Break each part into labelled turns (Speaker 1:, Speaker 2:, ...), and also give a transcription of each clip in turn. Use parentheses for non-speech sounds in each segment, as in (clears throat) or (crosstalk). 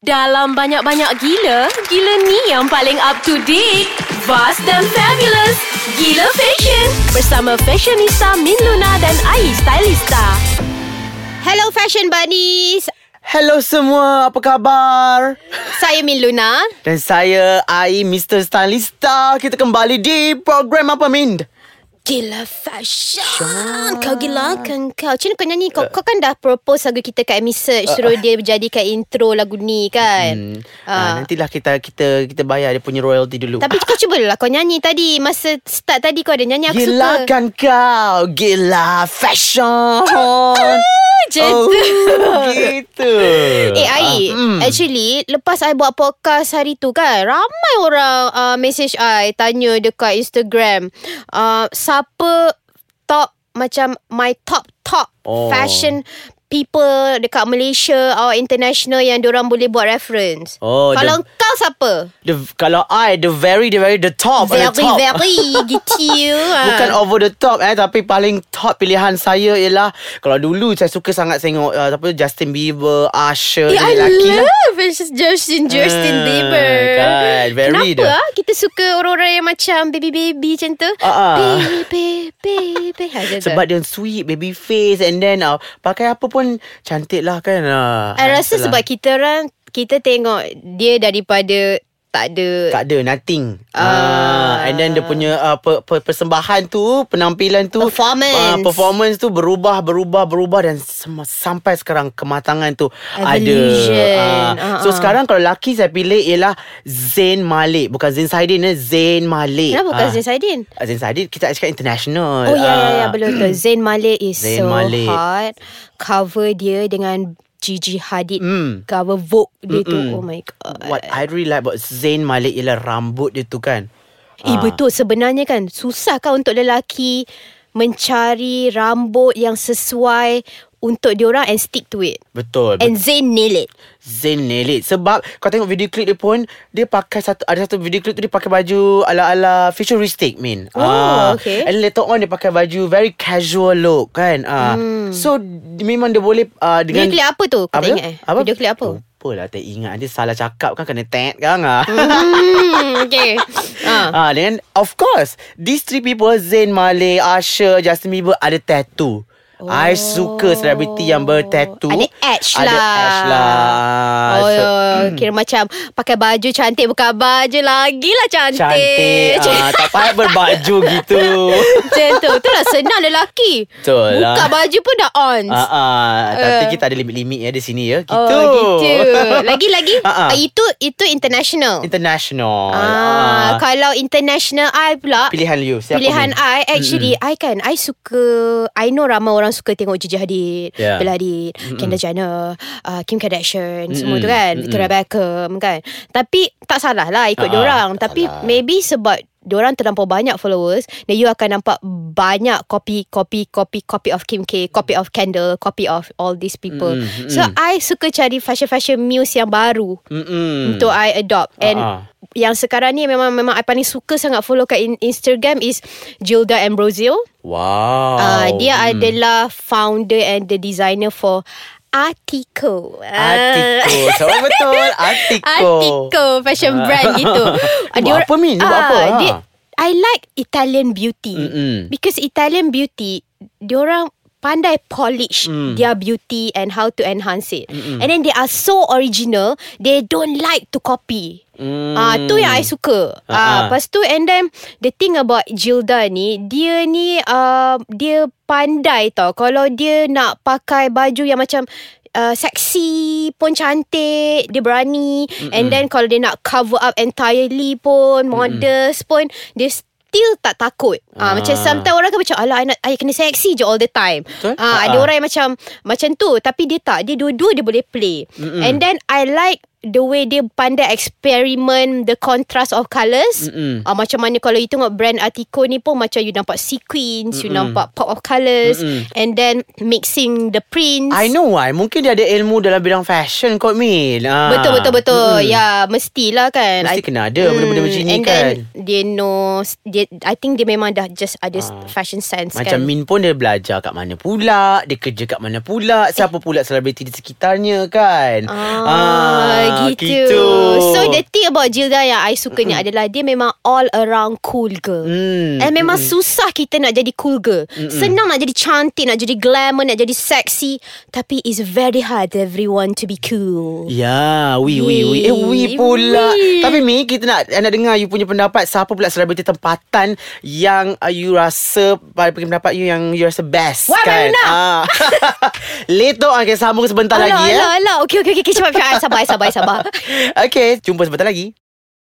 Speaker 1: Dalam banyak-banyak gila, gila ni yang paling up to date. Vast dan fabulous. Gila Fashion. Bersama fashionista Min Luna dan Ai Stylista.
Speaker 2: Hello Fashion Bunnies
Speaker 3: Hello semua, apa khabar?
Speaker 2: Saya Min Luna
Speaker 3: Dan saya Ai Mr. Stylista. Kita kembali di program apa Min?
Speaker 2: Gila fashion Kau gila kan kau Macam mana kau nyanyi
Speaker 3: Eh.
Speaker 2: Kau, kau kan dah propose lagu kita kat Amy Search Suruh dia jadikan intro lagu ni kan
Speaker 3: Ah,
Speaker 2: Ah,
Speaker 3: nantilah kita kita kita bayar dia punya royalty dulu.
Speaker 2: Tapi kau cuba lah kau nyanyi tadi Masa start tadi kau ada nyanyi Aku
Speaker 3: Gila
Speaker 2: suka
Speaker 3: kan kau,
Speaker 2: (laughs)
Speaker 3: gila fashion. Oh,
Speaker 2: Macam tu.
Speaker 3: gitu.
Speaker 2: Eh
Speaker 3: Ah,
Speaker 2: Ai
Speaker 3: hmm.
Speaker 2: Actually Lepas I buat podcast hari tu kan Ramai orang uh, Message I Tanya dekat Instagram uh, Siapa Top Macam My top top
Speaker 3: Oh.
Speaker 2: Fashion People Dekat Malaysia Or international Yang diorang boleh buat reference
Speaker 3: Oh,
Speaker 2: Kalau
Speaker 3: the-
Speaker 2: kau siapa
Speaker 3: The, kalau I the very the very the top
Speaker 2: Very
Speaker 3: the Oh, top. (laughs)
Speaker 2: very Gitu ah.
Speaker 3: Bukan over the top eh Tapi paling top pilihan saya ialah Kalau dulu saya suka sangat tengok uh, apa, Justin Bieber, Usher
Speaker 2: Eh,
Speaker 3: dan
Speaker 2: I
Speaker 3: lelaki lah.
Speaker 2: love Justin Justin
Speaker 3: Ah,
Speaker 2: Bieber.
Speaker 3: kan, very
Speaker 2: Kenapa
Speaker 3: dia.
Speaker 2: ah kita suka orang-orang yang macam baby baby macam tu?
Speaker 3: Ah, ah.
Speaker 2: Baby baby ha, macam tu.
Speaker 3: Sebab dia sweet Baby face And then uh, Pakai apa pun Cantik lah kan uh,
Speaker 2: I rasa sebab kita orang kita tengok dia daripada tak ada
Speaker 3: Tak ada nothing
Speaker 2: Ah.
Speaker 3: ah. And then dia punya uh, per, per, Persembahan tu Penampilan tu
Speaker 2: Performance.
Speaker 3: ah, Performance tu Berubah Berubah Berubah Dan sem- sampai sekarang Kematangan tu
Speaker 2: Evolution.
Speaker 3: Ada
Speaker 2: Ah,
Speaker 3: So
Speaker 2: ah.
Speaker 3: sekarang Kalau lelaki saya pilih Ialah Zain Malik Bukan Zain Saidin eh. Zain Malik
Speaker 2: Kenapa bukan
Speaker 3: Ah.
Speaker 2: Zain Saidin?
Speaker 3: Zain Saidin Kita cakap international
Speaker 2: Oh ya ya
Speaker 3: Ah.
Speaker 2: ya belum
Speaker 3: (clears throat)
Speaker 2: tu Zain Malik is so
Speaker 3: Zayn Malik.
Speaker 2: hot Cover dia dengan Gigi Hadid
Speaker 3: Mm.
Speaker 2: Cover Vogue dia tu Oh my god
Speaker 3: What I really like about Zayn Malik Ialah rambut dia tu kan
Speaker 2: Eh
Speaker 3: Ah.
Speaker 2: betul sebenarnya kan susah kan untuk lelaki mencari rambut yang sesuai untuk diorang and stick to it.
Speaker 3: Betul
Speaker 2: And Zayn nail it.
Speaker 3: Zayn nail it Sebab Kau tengok video klip dia pun Dia pakai satu Ada satu video klip tu Dia pakai baju Ala-ala Futuristic Min Ah,
Speaker 2: Oh, okay.
Speaker 3: And later on Dia pakai baju Very casual look Kan ah. So di- Memang dia boleh uh,
Speaker 2: Hmm. Video
Speaker 3: dengan
Speaker 2: klip apa tu? Kau
Speaker 3: Apa
Speaker 2: tak
Speaker 3: tu?
Speaker 2: ingat eh? Video klip
Speaker 3: (laughs)
Speaker 2: apa?
Speaker 3: Lupa lah tak ingat Nanti salah cakap kan Kena tag kan ah.
Speaker 2: Hmm, okay. ha.
Speaker 3: (laughs) Ah, then of course, these three people Zayn Malik, Usher, Justin Bieber ada tattoo. Oh. I suka selebriti yang bertattoo.
Speaker 2: Ada edge
Speaker 3: Ada
Speaker 2: lah.
Speaker 3: edge lah.
Speaker 2: Oh,
Speaker 3: So,
Speaker 2: so,
Speaker 3: Hmm.
Speaker 2: kira macam pakai baju cantik bukan baju lagi lah cantik.
Speaker 3: cantik.
Speaker 2: Macam-
Speaker 3: Ah, tak payah berbaju
Speaker 2: (laughs)
Speaker 3: gitu.
Speaker 2: Macam tu. Itulah senang lelaki.
Speaker 3: Betul lah.
Speaker 2: Buka baju pun dah on.
Speaker 3: Ah, ah, tapi
Speaker 2: Eh.
Speaker 3: kita ada limit-limit ya di sini ya. Gitu.
Speaker 2: Oh,
Speaker 3: (laughs)
Speaker 2: gitu. Lagi-lagi
Speaker 3: Ah, ah.
Speaker 2: itu itu international.
Speaker 3: International.
Speaker 2: Ah,
Speaker 3: Ah.
Speaker 2: kalau international I pula
Speaker 3: Pilihan you. Siapa
Speaker 2: Pilihan
Speaker 3: ni?
Speaker 2: I Actually mm-hmm. I kan I suka I know ramai orang suka Tengok Gigi Hadid
Speaker 3: Yeah.
Speaker 2: Bella Hadid mm-hmm. Kendall Jenner uh, Kim Kardashian mm-hmm. Semua
Speaker 3: Mm-mm.
Speaker 2: tu kan
Speaker 3: Mm-mm.
Speaker 2: Victoria Beckham kan Tapi Tak salah lah Ikut
Speaker 3: Ah,
Speaker 2: diorang
Speaker 3: tak
Speaker 2: Tapi
Speaker 3: salah.
Speaker 2: maybe sebab Diorang terlampau banyak followers Dan you akan nampak Banyak copy Copy Copy Copy of Kim K Copy of Kendall Copy of all these people
Speaker 3: Mm-mm,
Speaker 2: So
Speaker 3: mm-mm.
Speaker 2: I suka cari Fashion-fashion muse yang baru
Speaker 3: Mm-mm.
Speaker 2: untuk I adopt and
Speaker 3: Hmm. Ah, ah.
Speaker 2: yang sekarang ni memang memang I paling suka sangat follow kat in- Instagram is Gilda Ambrosio.
Speaker 3: Wow.
Speaker 2: Uh, dia
Speaker 3: Mm.
Speaker 2: adalah founder and the designer for Artico. Ah. (laughs)
Speaker 3: Atiko. Sama betul. Atiko.
Speaker 2: Artico fashion brand
Speaker 3: (laughs)
Speaker 2: gitu. Ah,
Speaker 3: buat apa, Min? Dia buat
Speaker 2: ah,
Speaker 3: apa? Ha.
Speaker 2: Dia, I like Italian beauty
Speaker 3: Mm-mm.
Speaker 2: because Italian beauty diorang pandai polish mm. their beauty and how to enhance it. Mm-mm. And then they are so original, they don't like to copy.
Speaker 3: Mm.
Speaker 2: Ah tu yang I suka. Ah
Speaker 3: Ah, ah.
Speaker 2: lepas tu and then the thing about Gilda ni, dia ni uh, dia pandai tau. Kalau dia nak pakai baju yang macam Uh, seksi pun cantik Dia berani Mm-mm. And then kalau dia nak cover up entirely pun Modest pun Dia still tak takut ah.
Speaker 3: Ah.
Speaker 2: Macam sometimes orang kan macam Alah I, nak, I kena seksi je all the time
Speaker 3: Betul.
Speaker 2: ah, Ada
Speaker 3: Ah.
Speaker 2: orang yang macam Macam tu Tapi dia tak Dia dua-dua dia boleh play Mm-mm. And then I like The way dia pandai experiment The contrast of colours
Speaker 3: Mm-mm.
Speaker 2: Ah, macam mana kalau you tengok brand Artico ni pun macam you nampak sequins, mm you nampak pop of colours
Speaker 3: Mm-mm.
Speaker 2: and then mixing the prints.
Speaker 3: I know why. Mungkin dia ada ilmu dalam bidang fashion kot, Min. Ah.
Speaker 2: Betul betul betul. Mm. Ya, mestilah kan.
Speaker 3: Mesti
Speaker 2: I-
Speaker 3: kena ada benda-benda macam ni
Speaker 2: and
Speaker 3: kan.
Speaker 2: then dia know dia I think dia memang dah just ada
Speaker 3: Ah.
Speaker 2: fashion sense kan.
Speaker 3: Macam Min pun dia belajar kat mana
Speaker 2: Eh.
Speaker 3: pula Dia kerja kat mana pula Siapa pula selebriti di sekitarnya kan
Speaker 2: Ah, gitu.
Speaker 3: gitu.
Speaker 2: So the thing about Jilda yang I suka ni adalah dia memang all around cool girl.
Speaker 3: Mm.
Speaker 2: And memang susah kita nak jadi cool girl. Senang nak jadi cantik, nak jadi glamour, nak jadi sexy, tapi it's very hard everyone to be cool.
Speaker 3: Ya, we we we. Eh, we
Speaker 2: Yee,
Speaker 3: pula.
Speaker 2: we.
Speaker 3: Tapi Mi, kita nak nak dengar you punya pendapat siapa pula selebriti tempatan yang uh, you rasa pada pendapat you yang you rasa best
Speaker 2: Wah,
Speaker 3: kan.
Speaker 2: Marina.
Speaker 3: Ah. (laughs) Leto akan sambung sebentar
Speaker 2: alah,
Speaker 3: lagi ya.
Speaker 2: alah, alah. Okay, okay, okay. okay. Cepat, cepat. Sabar, sabar, sabar.
Speaker 3: (laughs) Okay, jumpa sebentar lagi.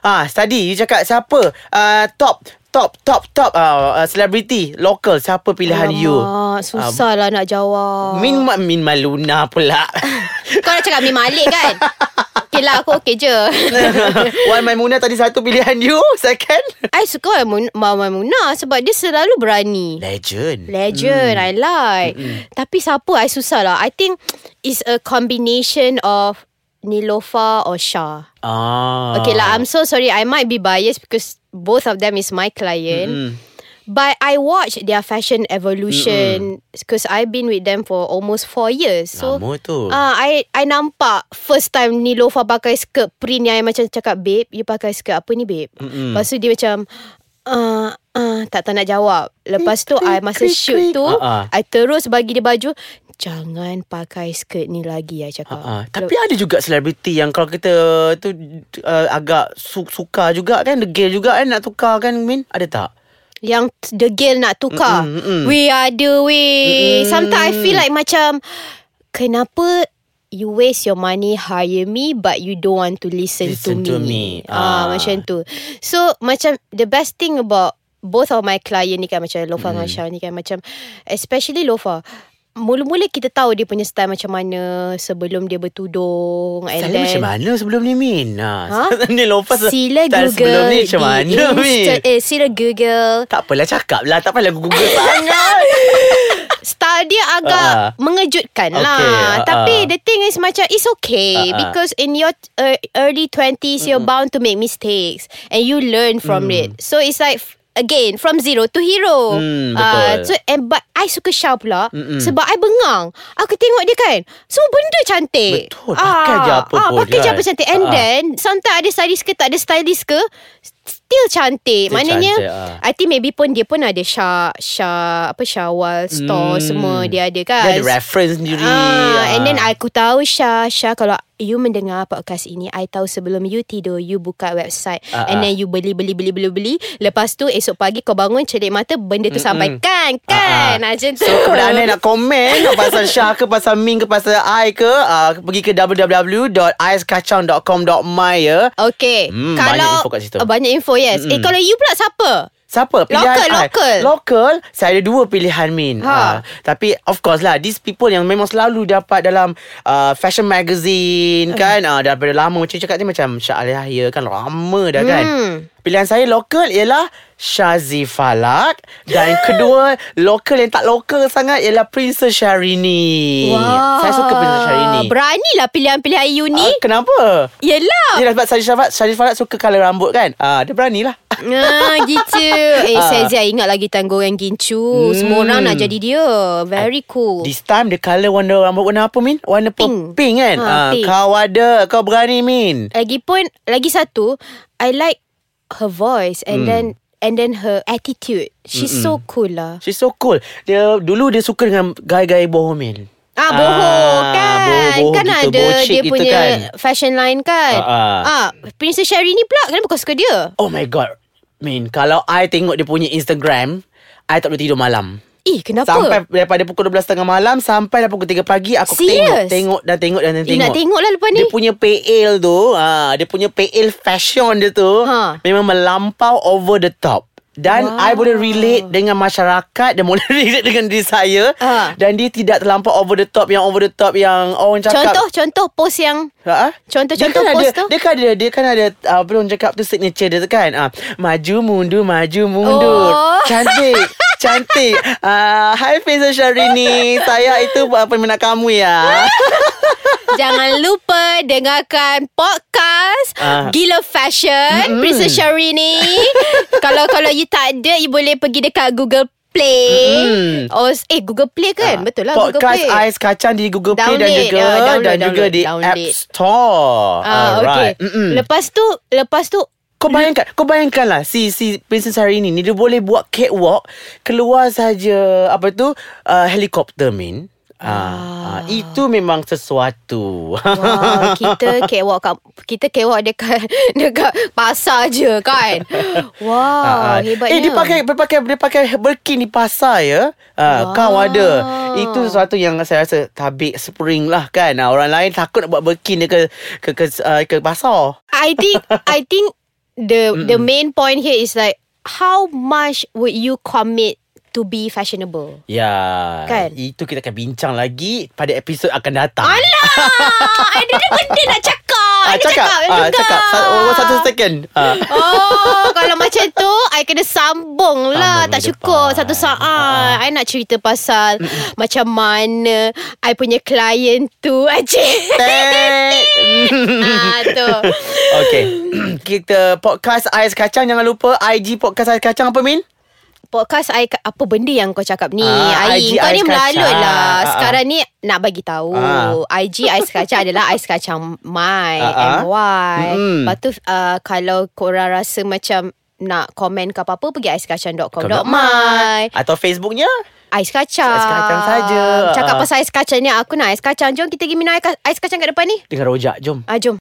Speaker 3: Ah, tadi you cakap siapa? Uh, top top top top uh, uh, selebriti lokal siapa pilihan you?
Speaker 2: Alamak, Susah lah nak jawab.
Speaker 3: Min Ma- Min Maluna pula. (laughs)
Speaker 2: Kau nak cakap Min Malik kan? okay lah, aku okay
Speaker 3: (laughs)
Speaker 2: je.
Speaker 3: Wan Maimunah tadi satu pilihan you, (laughs) second.
Speaker 2: I suka Maimun- Mama Maimunah sebab dia selalu berani.
Speaker 3: Legend.
Speaker 2: Legend,
Speaker 3: Hmm.
Speaker 2: I like. Tapi siapa I susah lah. I think it's a combination of Nilofa or Shah.
Speaker 3: Ah.
Speaker 2: Okay lah, I'm so sorry. I might be biased because both of them is my client.
Speaker 3: Mm.
Speaker 2: But I watch their fashion evolution because I've been with them for almost four years. So
Speaker 3: Lama tu.
Speaker 2: Ah, I I nampak first time Nilofa pakai skirt print yang I macam cakap babe, you pakai skirt apa ni babe?
Speaker 3: Mm-mm.
Speaker 2: Lepas tu dia macam ah ah tak tak nak jawab. Lepas tu I masa
Speaker 3: krik, krik.
Speaker 2: shoot tu,
Speaker 3: Ah,
Speaker 2: I terus bagi dia baju, jangan pakai skirt ni lagi I cakap.
Speaker 3: Ah, tapi ada juga selebriti yang kalau kita tu uh, agak su- suka juga kan degil juga kan nak tukar kan Min ada tak?
Speaker 2: Yang t- degil nak tukar
Speaker 3: Mm-mm, mm-mm.
Speaker 2: We ada we Sometimes I feel like macam Kenapa You waste your money Hire me But you don't want to listen,
Speaker 3: Listen
Speaker 2: to
Speaker 3: to me.
Speaker 2: me, Ah,
Speaker 3: Ah.
Speaker 2: Macam tu So macam The best thing about Both of my client ni kan Macam Lofa mm. dengan Syah ni kan Macam Especially Lofa Mula-mula kita tahu Dia punya style macam mana Sebelum dia bertudung And
Speaker 3: Saya
Speaker 2: then
Speaker 3: macam mana sebelum ni Min?
Speaker 2: Ha?
Speaker 3: Ha? ni lepas
Speaker 2: Sila Google
Speaker 3: sebelum ni macam
Speaker 2: di
Speaker 3: mana Min?
Speaker 2: Insta- eh, Sila Google
Speaker 3: Tak apalah cakap lah Tak
Speaker 2: (laughs)
Speaker 3: payah Google sangat
Speaker 2: style dia agak
Speaker 3: Ah, ah.
Speaker 2: uh, mengejutkan
Speaker 3: Okay,
Speaker 2: lah.
Speaker 3: ah,
Speaker 2: Tapi
Speaker 3: ah.
Speaker 2: the thing is macam it's okay
Speaker 3: Ah, ah.
Speaker 2: because in your uh, early 20s you're bound to make mistakes and you learn from
Speaker 3: Mm.
Speaker 2: it. So it's like f- Again From zero to hero
Speaker 3: Hmm,
Speaker 2: Ah,
Speaker 3: betul.
Speaker 2: so, and, But I suka Syah pula Sebab I bengang Aku tengok dia kan Semua benda cantik
Speaker 3: Betul, pakai je apa
Speaker 2: ah,
Speaker 3: pun
Speaker 2: Pakai je
Speaker 3: kan.
Speaker 2: apa cantik And
Speaker 3: Ah, ah.
Speaker 2: then Sometimes ada stylist ke Tak ada stylist ke Still cantik
Speaker 3: Still
Speaker 2: Maknanya
Speaker 3: cantik, ah.
Speaker 2: I think maybe pun Dia pun ada Syah Syah Apa Syawal Store
Speaker 3: Hmm.
Speaker 2: semua Dia ada kan
Speaker 3: Dia ada reference sendiri
Speaker 2: Ah, and then
Speaker 3: Ah.
Speaker 2: aku tahu Syah Syah kalau you mendengar podcast ini I tahu sebelum you tidur You buka website
Speaker 3: Ah,
Speaker 2: And
Speaker 3: ah.
Speaker 2: then you beli beli beli beli beli Lepas tu esok pagi kau bangun Celik mata benda tu sampai Kan kan
Speaker 3: Ah,
Speaker 2: ah, Macam tu
Speaker 3: So kepada anda yang nak komen (laughs) Pasal Syah ke Pasal Ming ke Pasal I ke uh, Pergi ke www.aiskacang.com.my ya
Speaker 2: Okay
Speaker 3: Hmm, banyak
Speaker 2: Kalau
Speaker 3: info kat situ.
Speaker 2: Ah, Banyak info yes Eh kalau you pula siapa?
Speaker 3: Siapa? Pilihan
Speaker 2: Local,
Speaker 3: I.
Speaker 2: local.
Speaker 3: Local, saya ada dua pilihan, Min.
Speaker 2: Ha.
Speaker 3: Ha. tapi, of course lah, these people yang memang selalu dapat dalam uh, fashion
Speaker 2: Hmm.
Speaker 3: magazine, kan? Uh, daripada lama. Macam cakap ni macam Syah Ali Yahya, kan? Lama dah, kan?
Speaker 2: Hmm.
Speaker 3: Pilihan saya local ialah Shazi Falak
Speaker 2: (gasps)
Speaker 3: Dan kedua Lokal yang tak lokal sangat Ialah Princess Syahrini Eh, Saya suka Princess Syahrini
Speaker 2: Beranilah Ah, lah pilihan-pilihan you ni
Speaker 3: Ah, Kenapa?
Speaker 2: Yelah
Speaker 3: Yelah sebab Shazi Falak Shazi Falak suka colour rambut kan Ah, Dia beranilah
Speaker 2: Ah, gitu. Eh,
Speaker 3: Ah. Hmm.
Speaker 2: saya Zia ingat lagi tanggungan gincu. Semua orang nak jadi dia. Very cool.
Speaker 3: This time the colour warna rambut warna apa Min? Warna pink,
Speaker 2: Pink.
Speaker 3: pink kan? Ha,
Speaker 2: Ha, pink.
Speaker 3: Kau ada, kau berani Min.
Speaker 2: Lagipun, lagi satu, I like her voice
Speaker 3: Hmm.
Speaker 2: and then and then her attitude. She's so cool lah.
Speaker 3: She's so cool. Dia dulu dia suka dengan gaya-gaya bohong Min.
Speaker 2: Ah, bohong
Speaker 3: Ah,
Speaker 2: kan.
Speaker 3: bohong-bohong
Speaker 2: kan
Speaker 3: kita,
Speaker 2: ada
Speaker 3: bullshit
Speaker 2: dia
Speaker 3: kita
Speaker 2: punya
Speaker 3: kan.
Speaker 2: fashion line kan.
Speaker 3: Ah, ah.
Speaker 2: Princess Sherry ni pula kenapa kau suka dia?
Speaker 3: Oh my god. Min, kalau I tengok dia punya Instagram, I tak boleh tidur malam.
Speaker 2: Eh, kenapa?
Speaker 3: Sampai daripada pukul 12.30 malam sampai dah pukul 3 pagi aku
Speaker 2: Serious?
Speaker 3: tengok, tengok dan tengok dan
Speaker 2: eh,
Speaker 3: tengok.
Speaker 2: nak tengok lah lepas ni.
Speaker 3: Dia punya PL tu ha, Dia punya PL fashion dia tu ha.
Speaker 2: Ha.
Speaker 3: Memang melampau over the top dan wow.
Speaker 2: Wow.
Speaker 3: I boleh relate dengan masyarakat Dan boleh (laughs) relate dengan diri saya
Speaker 2: Ha.
Speaker 3: Dan dia tidak terlampau over the top Yang over the top yang orang cakap
Speaker 2: contoh, contoh post yang
Speaker 3: Ha?
Speaker 2: Contoh-contoh
Speaker 3: dia kan
Speaker 2: post
Speaker 3: ada,
Speaker 2: tu.
Speaker 3: Dia kan ada Dia kan ada uh, Belum cakap tu signature dia tu kan uh, Maju mundur Maju mundur
Speaker 2: Oh.
Speaker 3: Cantik Cantik
Speaker 2: (laughs)
Speaker 3: uh, Hai Faisal Syahrini Saya itu uh, peminat kamu ya
Speaker 2: (laughs) Jangan lupa dengarkan podcast
Speaker 3: Ah.
Speaker 2: Gila
Speaker 3: (laughs)
Speaker 2: Fashion mm-hmm. Princess Syahrini. kalau kalau you tak ada you boleh pergi dekat Google Play mm. or, Eh Google Play kan Betul lah Google
Speaker 3: Ah. Podcast
Speaker 2: Play
Speaker 3: Ais Kacang di Google Play dan
Speaker 2: Download, ah,
Speaker 3: juga
Speaker 2: download,
Speaker 3: dan juga
Speaker 2: download,
Speaker 3: di
Speaker 2: download.
Speaker 3: App Store.
Speaker 2: Ah, okay.
Speaker 3: Alright. Mm-mm.
Speaker 2: Lepas tu Lepas
Speaker 3: (laughs)
Speaker 2: tu
Speaker 3: Kau bayangkan Kau bayangkanlah Si si Princess hari ini ni Dia boleh buat catwalk Keluar saja Apa tu uh, Helikopter min ah. ah. Itu memang sesuatu (laughs)
Speaker 2: Wah, kita catwalk kat, kita catwalk dekat (laughs) dekat pasar je
Speaker 3: (laughs)
Speaker 2: kan. Wow,
Speaker 3: Ah, ah.
Speaker 2: hebatnya.
Speaker 3: Eh dia pakai dia pakai dia pakai berkin di pasar ya. Ah,
Speaker 2: Wow.
Speaker 3: kau ada. Itu sesuatu yang saya rasa tabik spring lah kan. Ah, orang lain takut nak buat berkin dia ke ke ke, uh, ke pasar.
Speaker 2: I think I think the the main point here is like how much would you commit to be (laughs) fashionable?
Speaker 3: Ya.
Speaker 2: Kan?
Speaker 3: Itu kita akan bincang lagi pada episod akan datang.
Speaker 2: Alah, Ah, ada ada benda nak cakap.
Speaker 3: Ah,
Speaker 2: Ada cakap,
Speaker 3: ah,
Speaker 2: juga.
Speaker 3: cakap. Sa- oh, satu second.
Speaker 2: (laughs)
Speaker 3: Ah.
Speaker 2: Oh, kalau macam tu I kena sambung lah
Speaker 3: Sambung Ah,
Speaker 2: Tak
Speaker 3: ke
Speaker 2: cukup
Speaker 3: depan.
Speaker 2: Satu saat Ah, I nak cerita pasal Macam mana I punya klien tu (laughs) Acik
Speaker 3: (laughs)
Speaker 2: ah, tu.
Speaker 3: Okay (clears throat) Kita podcast Ais Kacang Jangan lupa IG podcast Ais Kacang apa Min?
Speaker 2: Podcast I Apa benda yang kau cakap ni
Speaker 3: Ah,
Speaker 2: Ai
Speaker 3: IG
Speaker 2: Kau ni
Speaker 3: Ais
Speaker 2: melalut
Speaker 3: Kacang.
Speaker 2: lah
Speaker 3: Ah, ah.
Speaker 2: Sekarang ni Nak bagi tahu
Speaker 3: Ah.
Speaker 2: IG Ais Kacang adalah Ais Kacang My
Speaker 3: Ah, ah.
Speaker 2: M-Y
Speaker 3: Mm-mm.
Speaker 2: Lepas tu uh, Kalau korang rasa macam Nak komen ke apa-apa Pergi aiskacang.com.my
Speaker 3: Atau Facebooknya?
Speaker 2: Ais kacang
Speaker 3: Ais kacang saja.
Speaker 2: Cakap
Speaker 3: Ah.
Speaker 2: pasal ais kacang ni Aku nak ais kacang Jom kita pergi minum ais ka- ais kacang kat depan ni
Speaker 3: Dengan rojak, jom
Speaker 2: ah, Jom